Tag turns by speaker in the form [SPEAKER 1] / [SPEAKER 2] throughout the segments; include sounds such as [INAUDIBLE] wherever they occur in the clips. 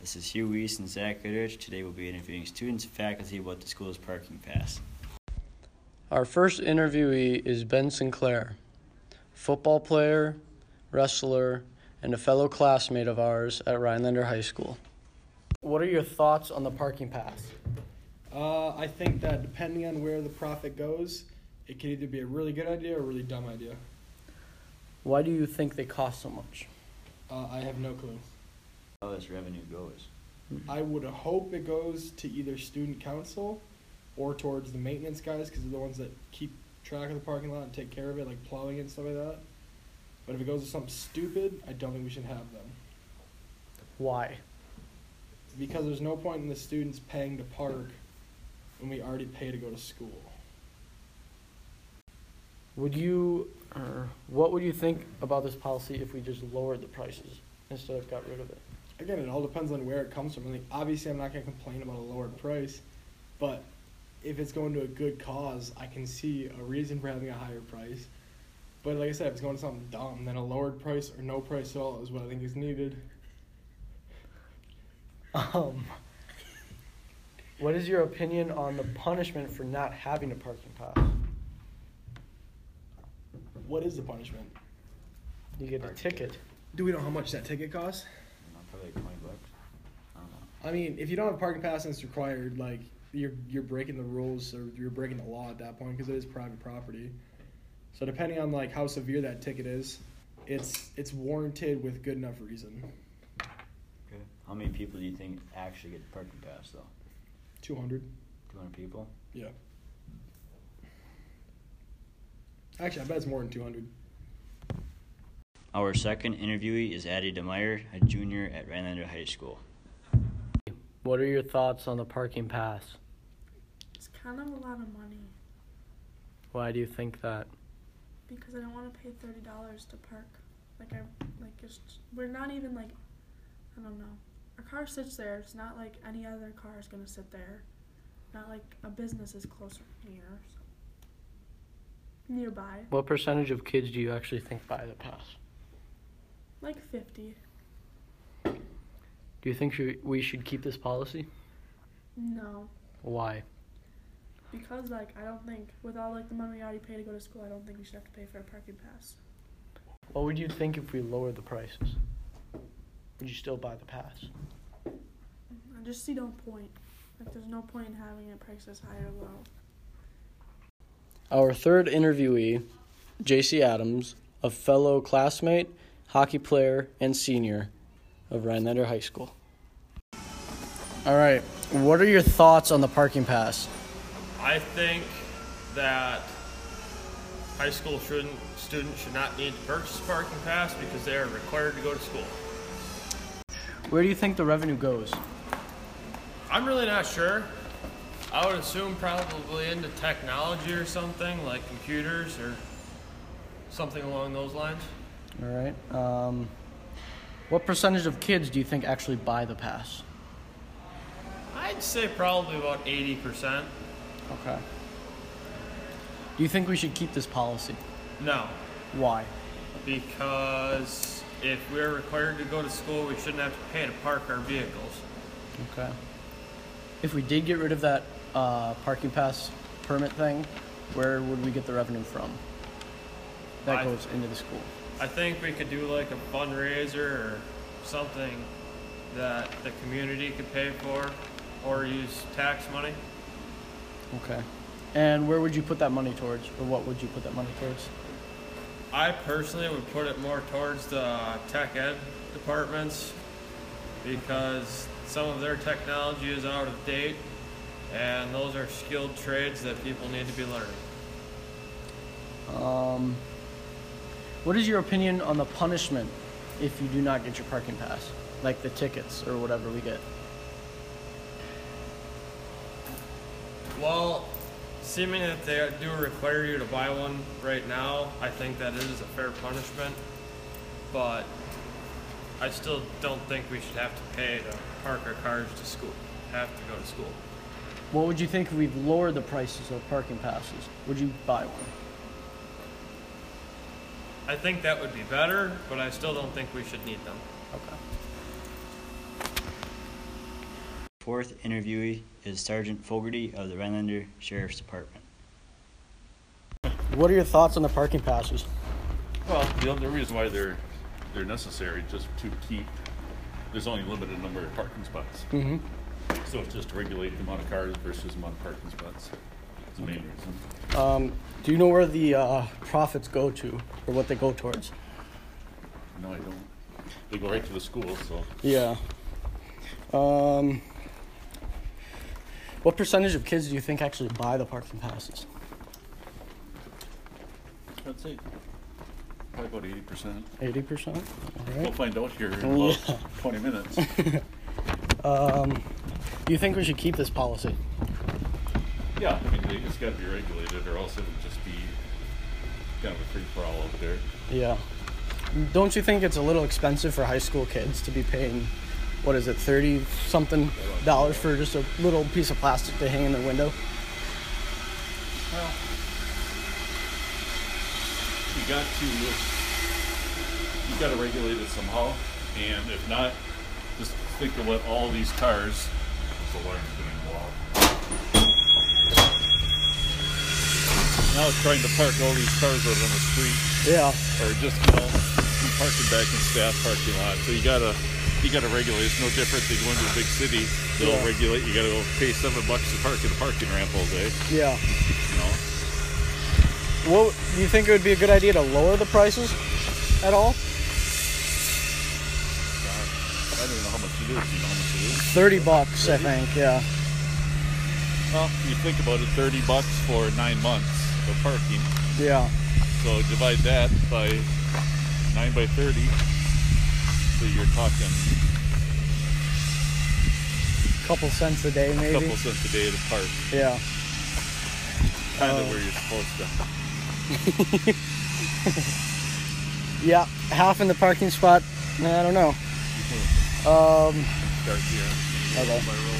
[SPEAKER 1] This is Hugh Weiss and Zach Goodrich. Today we'll be interviewing students and faculty about the school's parking pass.
[SPEAKER 2] Our first interviewee is Ben Sinclair, football player, wrestler, and a fellow classmate of ours at Rhinelander High School. What are your thoughts on the parking pass?
[SPEAKER 3] Uh, I think that depending on where the profit goes, it can either be a really good idea or a really dumb idea.
[SPEAKER 2] Why do you think they cost so much?
[SPEAKER 3] Uh, I have no clue.
[SPEAKER 1] How this revenue goes.
[SPEAKER 3] I would hope it goes to either student council or towards the maintenance guys because they're the ones that keep track of the parking lot and take care of it, like plowing and stuff like that. But if it goes to something stupid, I don't think we should have them
[SPEAKER 2] Why?
[SPEAKER 3] because there's no point in the students paying to park when we already pay to go to school.
[SPEAKER 2] Would you, or what would you think about this policy if we just lowered the prices instead of got rid of it?
[SPEAKER 3] Again, it all depends on where it comes from. I think obviously, I'm not going to complain about a lower price, but if it's going to a good cause, I can see a reason for having a higher price. But like I said, if it's going to something dumb, then a lowered price or no price at all is what I think is needed.
[SPEAKER 2] Um, what is your opinion on the punishment for not having a parking pass?
[SPEAKER 3] What is the punishment?
[SPEAKER 2] You get a ticket.
[SPEAKER 3] Do we know how much that ticket costs?
[SPEAKER 1] I don't know, probably like 20 bucks. I don't know.
[SPEAKER 3] I mean, if you don't have a parking pass and it's required, like you're you're breaking the rules or you're breaking the law at that point because it is private property. So depending on like how severe that ticket is, it's it's warranted with good enough reason.
[SPEAKER 1] Okay. How many people do you think actually get the parking pass though?
[SPEAKER 3] Two hundred.
[SPEAKER 1] 200 people?
[SPEAKER 3] Yeah. Actually, I bet it's more than two hundred.
[SPEAKER 1] Our second interviewee is Addie DeMeyer, a junior at Rhinelander High School.
[SPEAKER 2] What are your thoughts on the parking pass?
[SPEAKER 4] It's kind of a lot of money
[SPEAKER 2] Why do you think that?
[SPEAKER 4] because I don't want to pay thirty dollars to park. Like I like it's we're not even like I don't know. Our car sits there. It's not like any other car is gonna sit there. Not like a business is closer near so. nearby.
[SPEAKER 2] What percentage of kids do you actually think buy the pass?
[SPEAKER 4] Like fifty.
[SPEAKER 2] Do you think shou- we should keep this policy?
[SPEAKER 4] No,
[SPEAKER 2] Why?
[SPEAKER 4] because like I don't think with all like the money we already pay to go to school, I don't think we should have to pay for a parking pass.
[SPEAKER 2] What would you think if we lowered the prices? Would you still buy the pass?
[SPEAKER 4] I just see no point. Like there's no point in having it priced as high or low.
[SPEAKER 2] Our third interviewee, JC Adams, a fellow classmate, hockey player, and senior of Rhinelander High School. All right, what are your thoughts on the parking pass?
[SPEAKER 5] I think that high school shouldn't, students should not need to purchase a parking pass because they are required to go to school.
[SPEAKER 2] Where do you think the revenue goes?
[SPEAKER 5] I'm really not sure. I would assume probably into technology or something like computers or something along those lines.
[SPEAKER 2] All right. Um, what percentage of kids do you think actually buy the pass?
[SPEAKER 5] I'd say probably about 80%.
[SPEAKER 2] Okay. Do you think we should keep this policy?
[SPEAKER 5] No,
[SPEAKER 2] Why?
[SPEAKER 5] because if we're required to go to school, we shouldn't have to pay to park our vehicles.
[SPEAKER 2] Okay. If we did get rid of that uh, parking pass permit thing, where would we get the revenue from? That
[SPEAKER 5] I-
[SPEAKER 2] goes into the school.
[SPEAKER 5] I think we could do like a fundraiser or something that the community could pay for or use tax money.
[SPEAKER 2] Okay. And where would you put that money towards, or what would you put that money towards?
[SPEAKER 5] I personally would put it more towards the tech ed departments because some of their technology is out of date and those are skilled trades that people need to be learning.
[SPEAKER 2] Um, what is your opinion on the punishment if you do not get your parking pass, like the tickets or whatever we get?
[SPEAKER 5] Well, seeming that they do require you to buy one right now, I think that it is a fair punishment. But I still don't think we should have to pay to park our cars to school, have to go to school.
[SPEAKER 2] What would you think if we've lowered the prices of parking passes? Would you buy one?
[SPEAKER 5] I think that would be better, but I still don't think we should need them.
[SPEAKER 2] Okay.
[SPEAKER 1] Fourth interviewee is Sergeant Fogarty of the Rhinelander Sheriff's Department.
[SPEAKER 2] What are your thoughts on the parking passes?
[SPEAKER 6] Well, the only reason why they're, they're necessary, just to keep, there's only a limited number of parking spots.
[SPEAKER 2] Mm-hmm.
[SPEAKER 6] So it's just to regulate the amount of cars versus the amount of parking spots. It's the main reason.
[SPEAKER 2] Um, do you know where the uh, profits go to or what they go towards?
[SPEAKER 6] No, I don't. They go right to the school, so
[SPEAKER 2] Yeah. Um, what percentage of kids do you think actually buy the parking passes?
[SPEAKER 6] that's it. Probably about eighty percent.
[SPEAKER 2] 80%? All
[SPEAKER 6] We'll
[SPEAKER 2] right.
[SPEAKER 6] find out here in
[SPEAKER 2] Oh, [LAUGHS]
[SPEAKER 6] about twenty minutes.
[SPEAKER 2] Um, do you think we should keep this policy?
[SPEAKER 6] Yeah, I mean, they- it's gotta be regulated or else it would just be kind of a free-for-all over there.
[SPEAKER 2] Yeah. Don't you think it's a little expensive for high school kids to be paying, what is it, 30 something dollars for just a little piece of plastic to hang in their window?
[SPEAKER 6] Well. You got to, you gotta regulate it somehow, and if not, just think of what all these cars. The alarm's going off. Now it's trying to park all these cars out on the street,
[SPEAKER 2] Yeah.
[SPEAKER 6] or just, you know, be parking back in staff parking lot, so you gotta, you gotta regulate, it's no different than going to a big city, they'll
[SPEAKER 2] Yeah.
[SPEAKER 6] regulate, you gotta go pay seven bucks to park in a parking ramp all day,
[SPEAKER 2] Yeah.
[SPEAKER 6] you know?
[SPEAKER 2] What do you think it would be a good idea to lower the prices at all?
[SPEAKER 6] I don't know how much it is. You know how much it is?
[SPEAKER 2] 30 bucks, I think, yeah.
[SPEAKER 6] Well, you think about it, 30 bucks for nine months of parking.
[SPEAKER 2] Yeah.
[SPEAKER 6] So divide that by nine by 30. So you're talking
[SPEAKER 2] Couple cents a day,
[SPEAKER 6] a
[SPEAKER 2] maybe.
[SPEAKER 6] couple cents a day to park.
[SPEAKER 2] Yeah.
[SPEAKER 6] Kind
[SPEAKER 2] Oh.
[SPEAKER 6] of where you're supposed to.
[SPEAKER 2] Yeah. Half in the parking spot. Nah, I don't know. Um,
[SPEAKER 6] Start here.
[SPEAKER 2] Okay.
[SPEAKER 6] Roll by roll.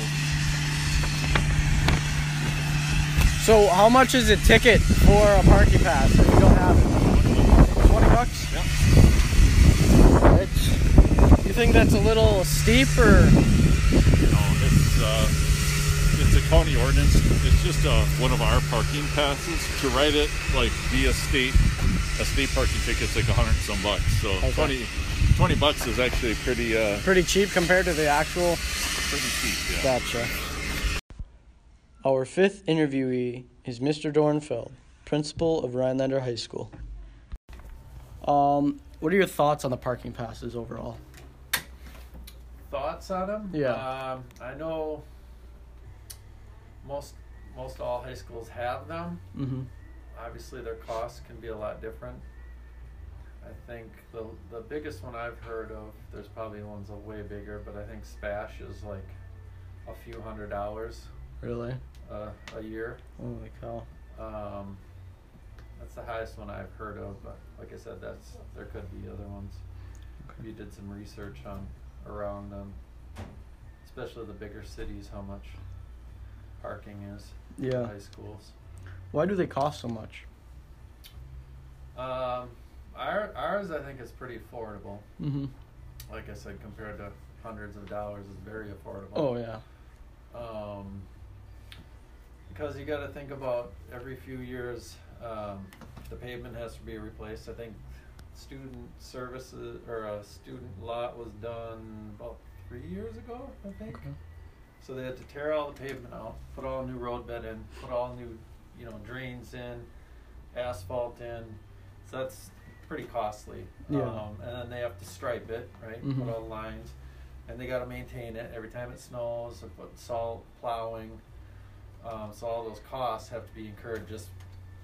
[SPEAKER 2] so how much is a ticket for a parking pass if you don't have it? 20 bucks?
[SPEAKER 6] Yeah.
[SPEAKER 2] It's, you think that's a little steep or?
[SPEAKER 6] No, it's uh, it's a county ordinance. It's just uh, one of our parking passes. To write it like via state, a state parking ticket's like a hundred and some bucks. So
[SPEAKER 2] Okay.
[SPEAKER 6] twenty twenty 20, bucks is actually pretty uh,
[SPEAKER 2] Pretty cheap compared to the actual.
[SPEAKER 6] pretty cheap. Yeah.
[SPEAKER 2] Gotcha. Our fifth interviewee is Mr. Dornfeld, principal of Rhinelander High School. Um, what are your thoughts on the parking passes overall?
[SPEAKER 7] Thoughts on them?
[SPEAKER 2] Yeah.
[SPEAKER 7] Um, I know most most all high schools have them.
[SPEAKER 2] Mm-hmm.
[SPEAKER 7] Obviously, their costs can be a lot different. I think the the biggest one I've heard of. There's probably ones that are way bigger, but I think Spash is like a few hundred dollars
[SPEAKER 2] Really?
[SPEAKER 7] uh, a year.
[SPEAKER 2] Holy cow.
[SPEAKER 7] Um, that's the highest one I've heard of, but like I said, that's there could be other ones.
[SPEAKER 2] Okay.
[SPEAKER 7] We did some research on around them, especially the bigger cities, how much parking is
[SPEAKER 2] Yeah.
[SPEAKER 7] at high schools.
[SPEAKER 2] Why do they cost so much?
[SPEAKER 7] Um, our, ours, I think, is pretty affordable.
[SPEAKER 2] Mm-hmm.
[SPEAKER 7] Like I said, compared to hundreds of dollars, is very affordable.
[SPEAKER 2] Oh yeah.
[SPEAKER 7] um, because you got to think about every few years um, the pavement has to be replaced. I think student services or a student lot was done about three years ago, I think. So they had to tear all the pavement out, put all new road bed in, put all new, you know, drains in, asphalt in. So that's pretty costly.
[SPEAKER 2] Yeah.
[SPEAKER 7] Um, and then they have to stripe it, right?
[SPEAKER 2] Mhm.
[SPEAKER 7] Put all the lines, and they got to maintain it every time it snows. They put salt, plowing. Um, so all those costs have to be incurred just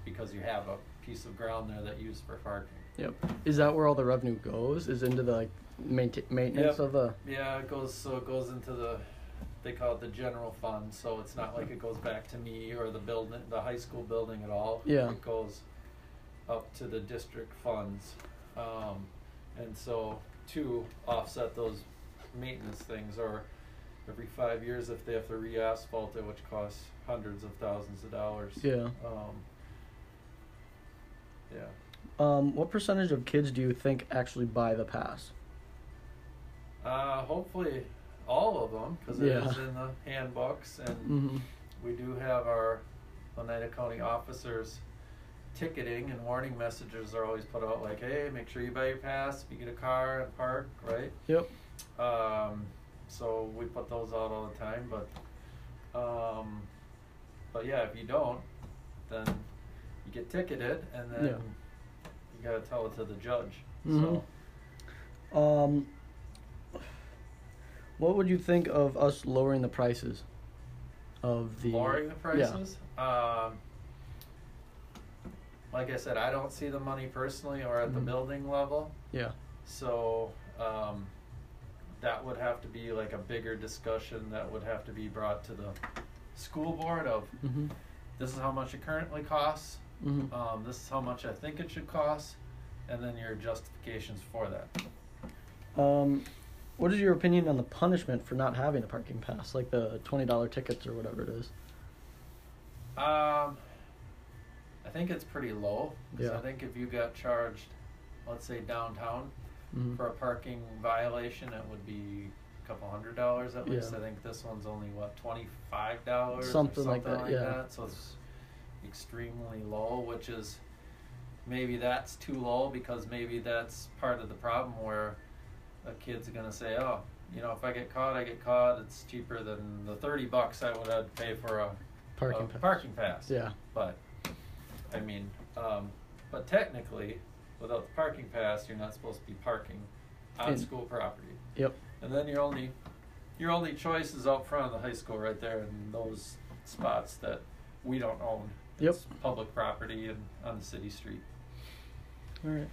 [SPEAKER 7] because you have a piece of ground there that you use for parking.
[SPEAKER 2] Yep. Is that where all the revenue goes? Is into the like mainta- maintenance
[SPEAKER 7] Yep.
[SPEAKER 2] of the?
[SPEAKER 7] Yeah, it goes so it goes into the they call it the general fund, so it's not like it goes back to me or the building the high school building at all.
[SPEAKER 2] Yeah.
[SPEAKER 7] It goes up to the district funds. Um, and so to offset those maintenance things or every five years if they have to re asphalt it, which costs hundreds of thousands of dollars.
[SPEAKER 2] Yeah.
[SPEAKER 7] Um, yeah.
[SPEAKER 2] Um, what percentage of kids do you think actually buy the pass?
[SPEAKER 7] Uh, hopefully, all of them because it is
[SPEAKER 2] Yeah.
[SPEAKER 7] in the handbooks, and
[SPEAKER 2] Mm-hmm.
[SPEAKER 7] we do have our Oneida County officers ticketing and warning messages are always put out like, hey, make sure you buy your pass if you get a car and park, right?
[SPEAKER 2] Yep.
[SPEAKER 7] Um, so we put those out all the time, but um, but yeah, if you don't, then you get ticketed, and then
[SPEAKER 2] Yeah.
[SPEAKER 7] you gotta tell it to the judge.
[SPEAKER 2] Mhm.
[SPEAKER 7] So
[SPEAKER 2] Um, what would you think of us lowering the prices of the
[SPEAKER 7] lowering the
[SPEAKER 2] Yeah.
[SPEAKER 7] prices. Um, like I said, I don't see the money personally or at the
[SPEAKER 2] Mhm.
[SPEAKER 7] building level.
[SPEAKER 2] Yeah.
[SPEAKER 7] So um, that would have to be like a bigger discussion that would have to be brought to the school board of
[SPEAKER 2] Mm-hmm.
[SPEAKER 7] this is how much it currently costs,
[SPEAKER 2] Mm-hmm.
[SPEAKER 7] um, this is how much I think it should cost, and then your justifications for that.
[SPEAKER 2] Um, what is your opinion on the punishment for not having a parking pass, like the twenty dollar tickets or whatever it is?
[SPEAKER 7] Um, I think it's pretty low. 'cause
[SPEAKER 2] Yeah.
[SPEAKER 7] I think if you got charged, let's say downtown,
[SPEAKER 2] Mhm.
[SPEAKER 7] for a parking violation, it would be a couple hundred dollars at least.
[SPEAKER 2] Yeah.
[SPEAKER 7] I think this one's only what twenty five dollars,
[SPEAKER 2] Something
[SPEAKER 7] or
[SPEAKER 2] like
[SPEAKER 7] something
[SPEAKER 2] that, yeah.
[SPEAKER 7] So it's extremely low, which is maybe that's too low because maybe that's part of the problem where a kid's gonna say, oh, you know, if I get caught, I get caught. It's cheaper than the thirty bucks I would have to pay for a
[SPEAKER 2] Parking
[SPEAKER 7] a
[SPEAKER 2] pass.
[SPEAKER 7] Parking pass.
[SPEAKER 2] Yeah.
[SPEAKER 7] But, I mean, um, but technically, without the parking pass, you're not supposed to be parking on
[SPEAKER 2] In-
[SPEAKER 7] school property.
[SPEAKER 2] Yep.
[SPEAKER 7] And then your only, your only choice is out front of the high school right there in those spots that we don't own.
[SPEAKER 2] Yep.
[SPEAKER 7] It's public property and on the city street.
[SPEAKER 2] All right.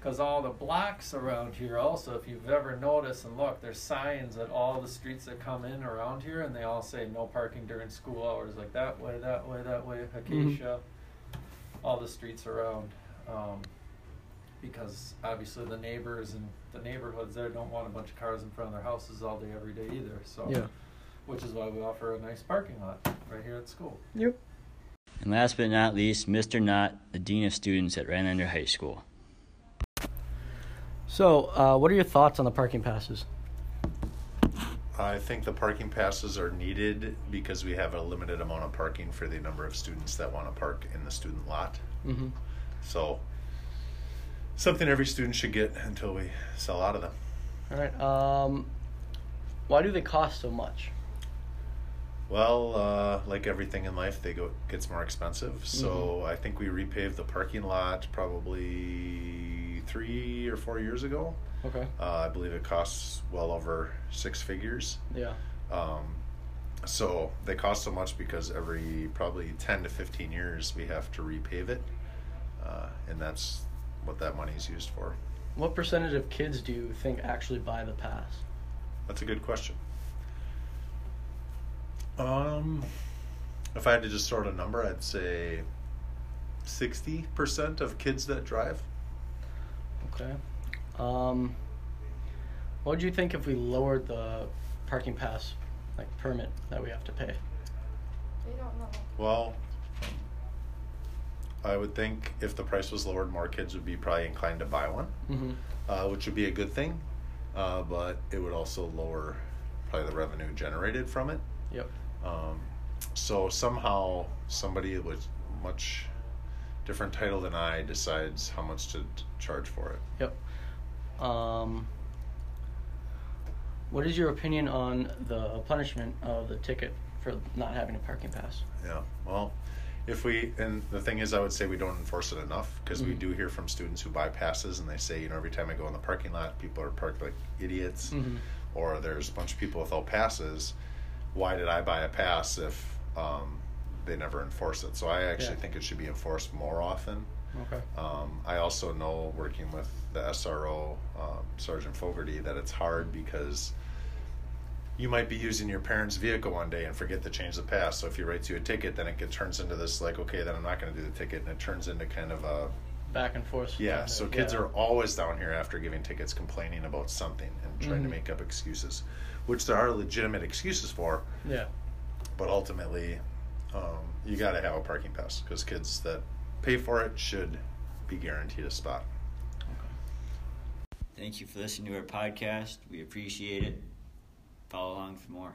[SPEAKER 7] Because all the blocks around here, also, if you've ever noticed and look, there's signs at all the streets that come in around here, and they all say no parking during school hours, like that way, that way, that way, Acacia, all the streets around. Um, because obviously the neighbors and the neighborhoods there don't want a bunch of cars in front of their houses all day, every day either. So,
[SPEAKER 2] Yeah.
[SPEAKER 7] which is why we offer a nice parking lot right here at school.
[SPEAKER 2] Yep.
[SPEAKER 1] And last but not least, Mr. Knott, the Dean of Students at Rhinelander High School.
[SPEAKER 2] So, uh, what are your thoughts on the parking passes?
[SPEAKER 8] I think the parking passes are needed because we have a limited amount of parking for the number of students that want to park in the student lot.
[SPEAKER 2] Mm-hmm.
[SPEAKER 8] So, something every student should get until we sell out of them.
[SPEAKER 2] All right. Um, why do they cost so much?
[SPEAKER 8] Well, uh, like everything in life, they go gets more expensive. So I think we repaved the parking lot probably three or four years ago.
[SPEAKER 2] Okay.
[SPEAKER 8] Uh, I believe it costs well over six figures.
[SPEAKER 2] Yeah.
[SPEAKER 8] Um, so they cost so much because every probably 10 to 15 years we have to repave it. Uh, and that's what that money is used for.
[SPEAKER 2] What percentage of kids do you think actually buy the pass?
[SPEAKER 8] That's a good question. Um, if I had to just sort a number, I'd say 60% of kids that drive.
[SPEAKER 2] Okay. Um, what would you think if we lowered the parking pass, like permit that we have to pay?
[SPEAKER 9] They don't know.
[SPEAKER 8] Well, um, I would think if the price was lowered, more kids would be probably inclined to buy one.
[SPEAKER 2] Mm-hmm.
[SPEAKER 8] uh, which would be a good thing, uh, but it would also lower probably the revenue generated from it.
[SPEAKER 2] Yep.
[SPEAKER 8] Um, so somehow somebody with much different title than I decides how much to, to charge for it.
[SPEAKER 2] Yep. Um, what is your opinion on the punishment of the ticket for not having a parking pass?
[SPEAKER 8] Yeah. Well, if we and the thing is, I would say we don't enforce it enough because we
[SPEAKER 2] Mhm.
[SPEAKER 8] do hear from students who buy passes and they say, you know, every time I go in the parking lot, people are parked like idiots,
[SPEAKER 2] Mhm.
[SPEAKER 8] or there's a bunch of people without passes. Why did I buy a pass if um, they never enforce it? So I
[SPEAKER 2] Yeah.
[SPEAKER 8] actually think it should be enforced more often.
[SPEAKER 2] Okay.
[SPEAKER 8] Um, I also know working with the SRO, um, Sergeant Fogarty, that it's hard because you might be using your parents' vehicle one day and forget to change the pass. So if he writes you a ticket, then it get, turns into this like, okay, then I'm not going to do the ticket, and it turns into kind of a
[SPEAKER 2] Back and forth.
[SPEAKER 8] yeah. So kids
[SPEAKER 2] Yeah.
[SPEAKER 8] are always down here after giving tickets, complaining about something and trying to
[SPEAKER 2] Mhm.
[SPEAKER 8] make up excuses, which there are legitimate excuses for,
[SPEAKER 2] Yeah.
[SPEAKER 8] but ultimately, um, you got to have a parking pass because kids that pay for it should be guaranteed a spot.
[SPEAKER 1] Thank you for listening to our podcast. We appreciate it. follow along for more.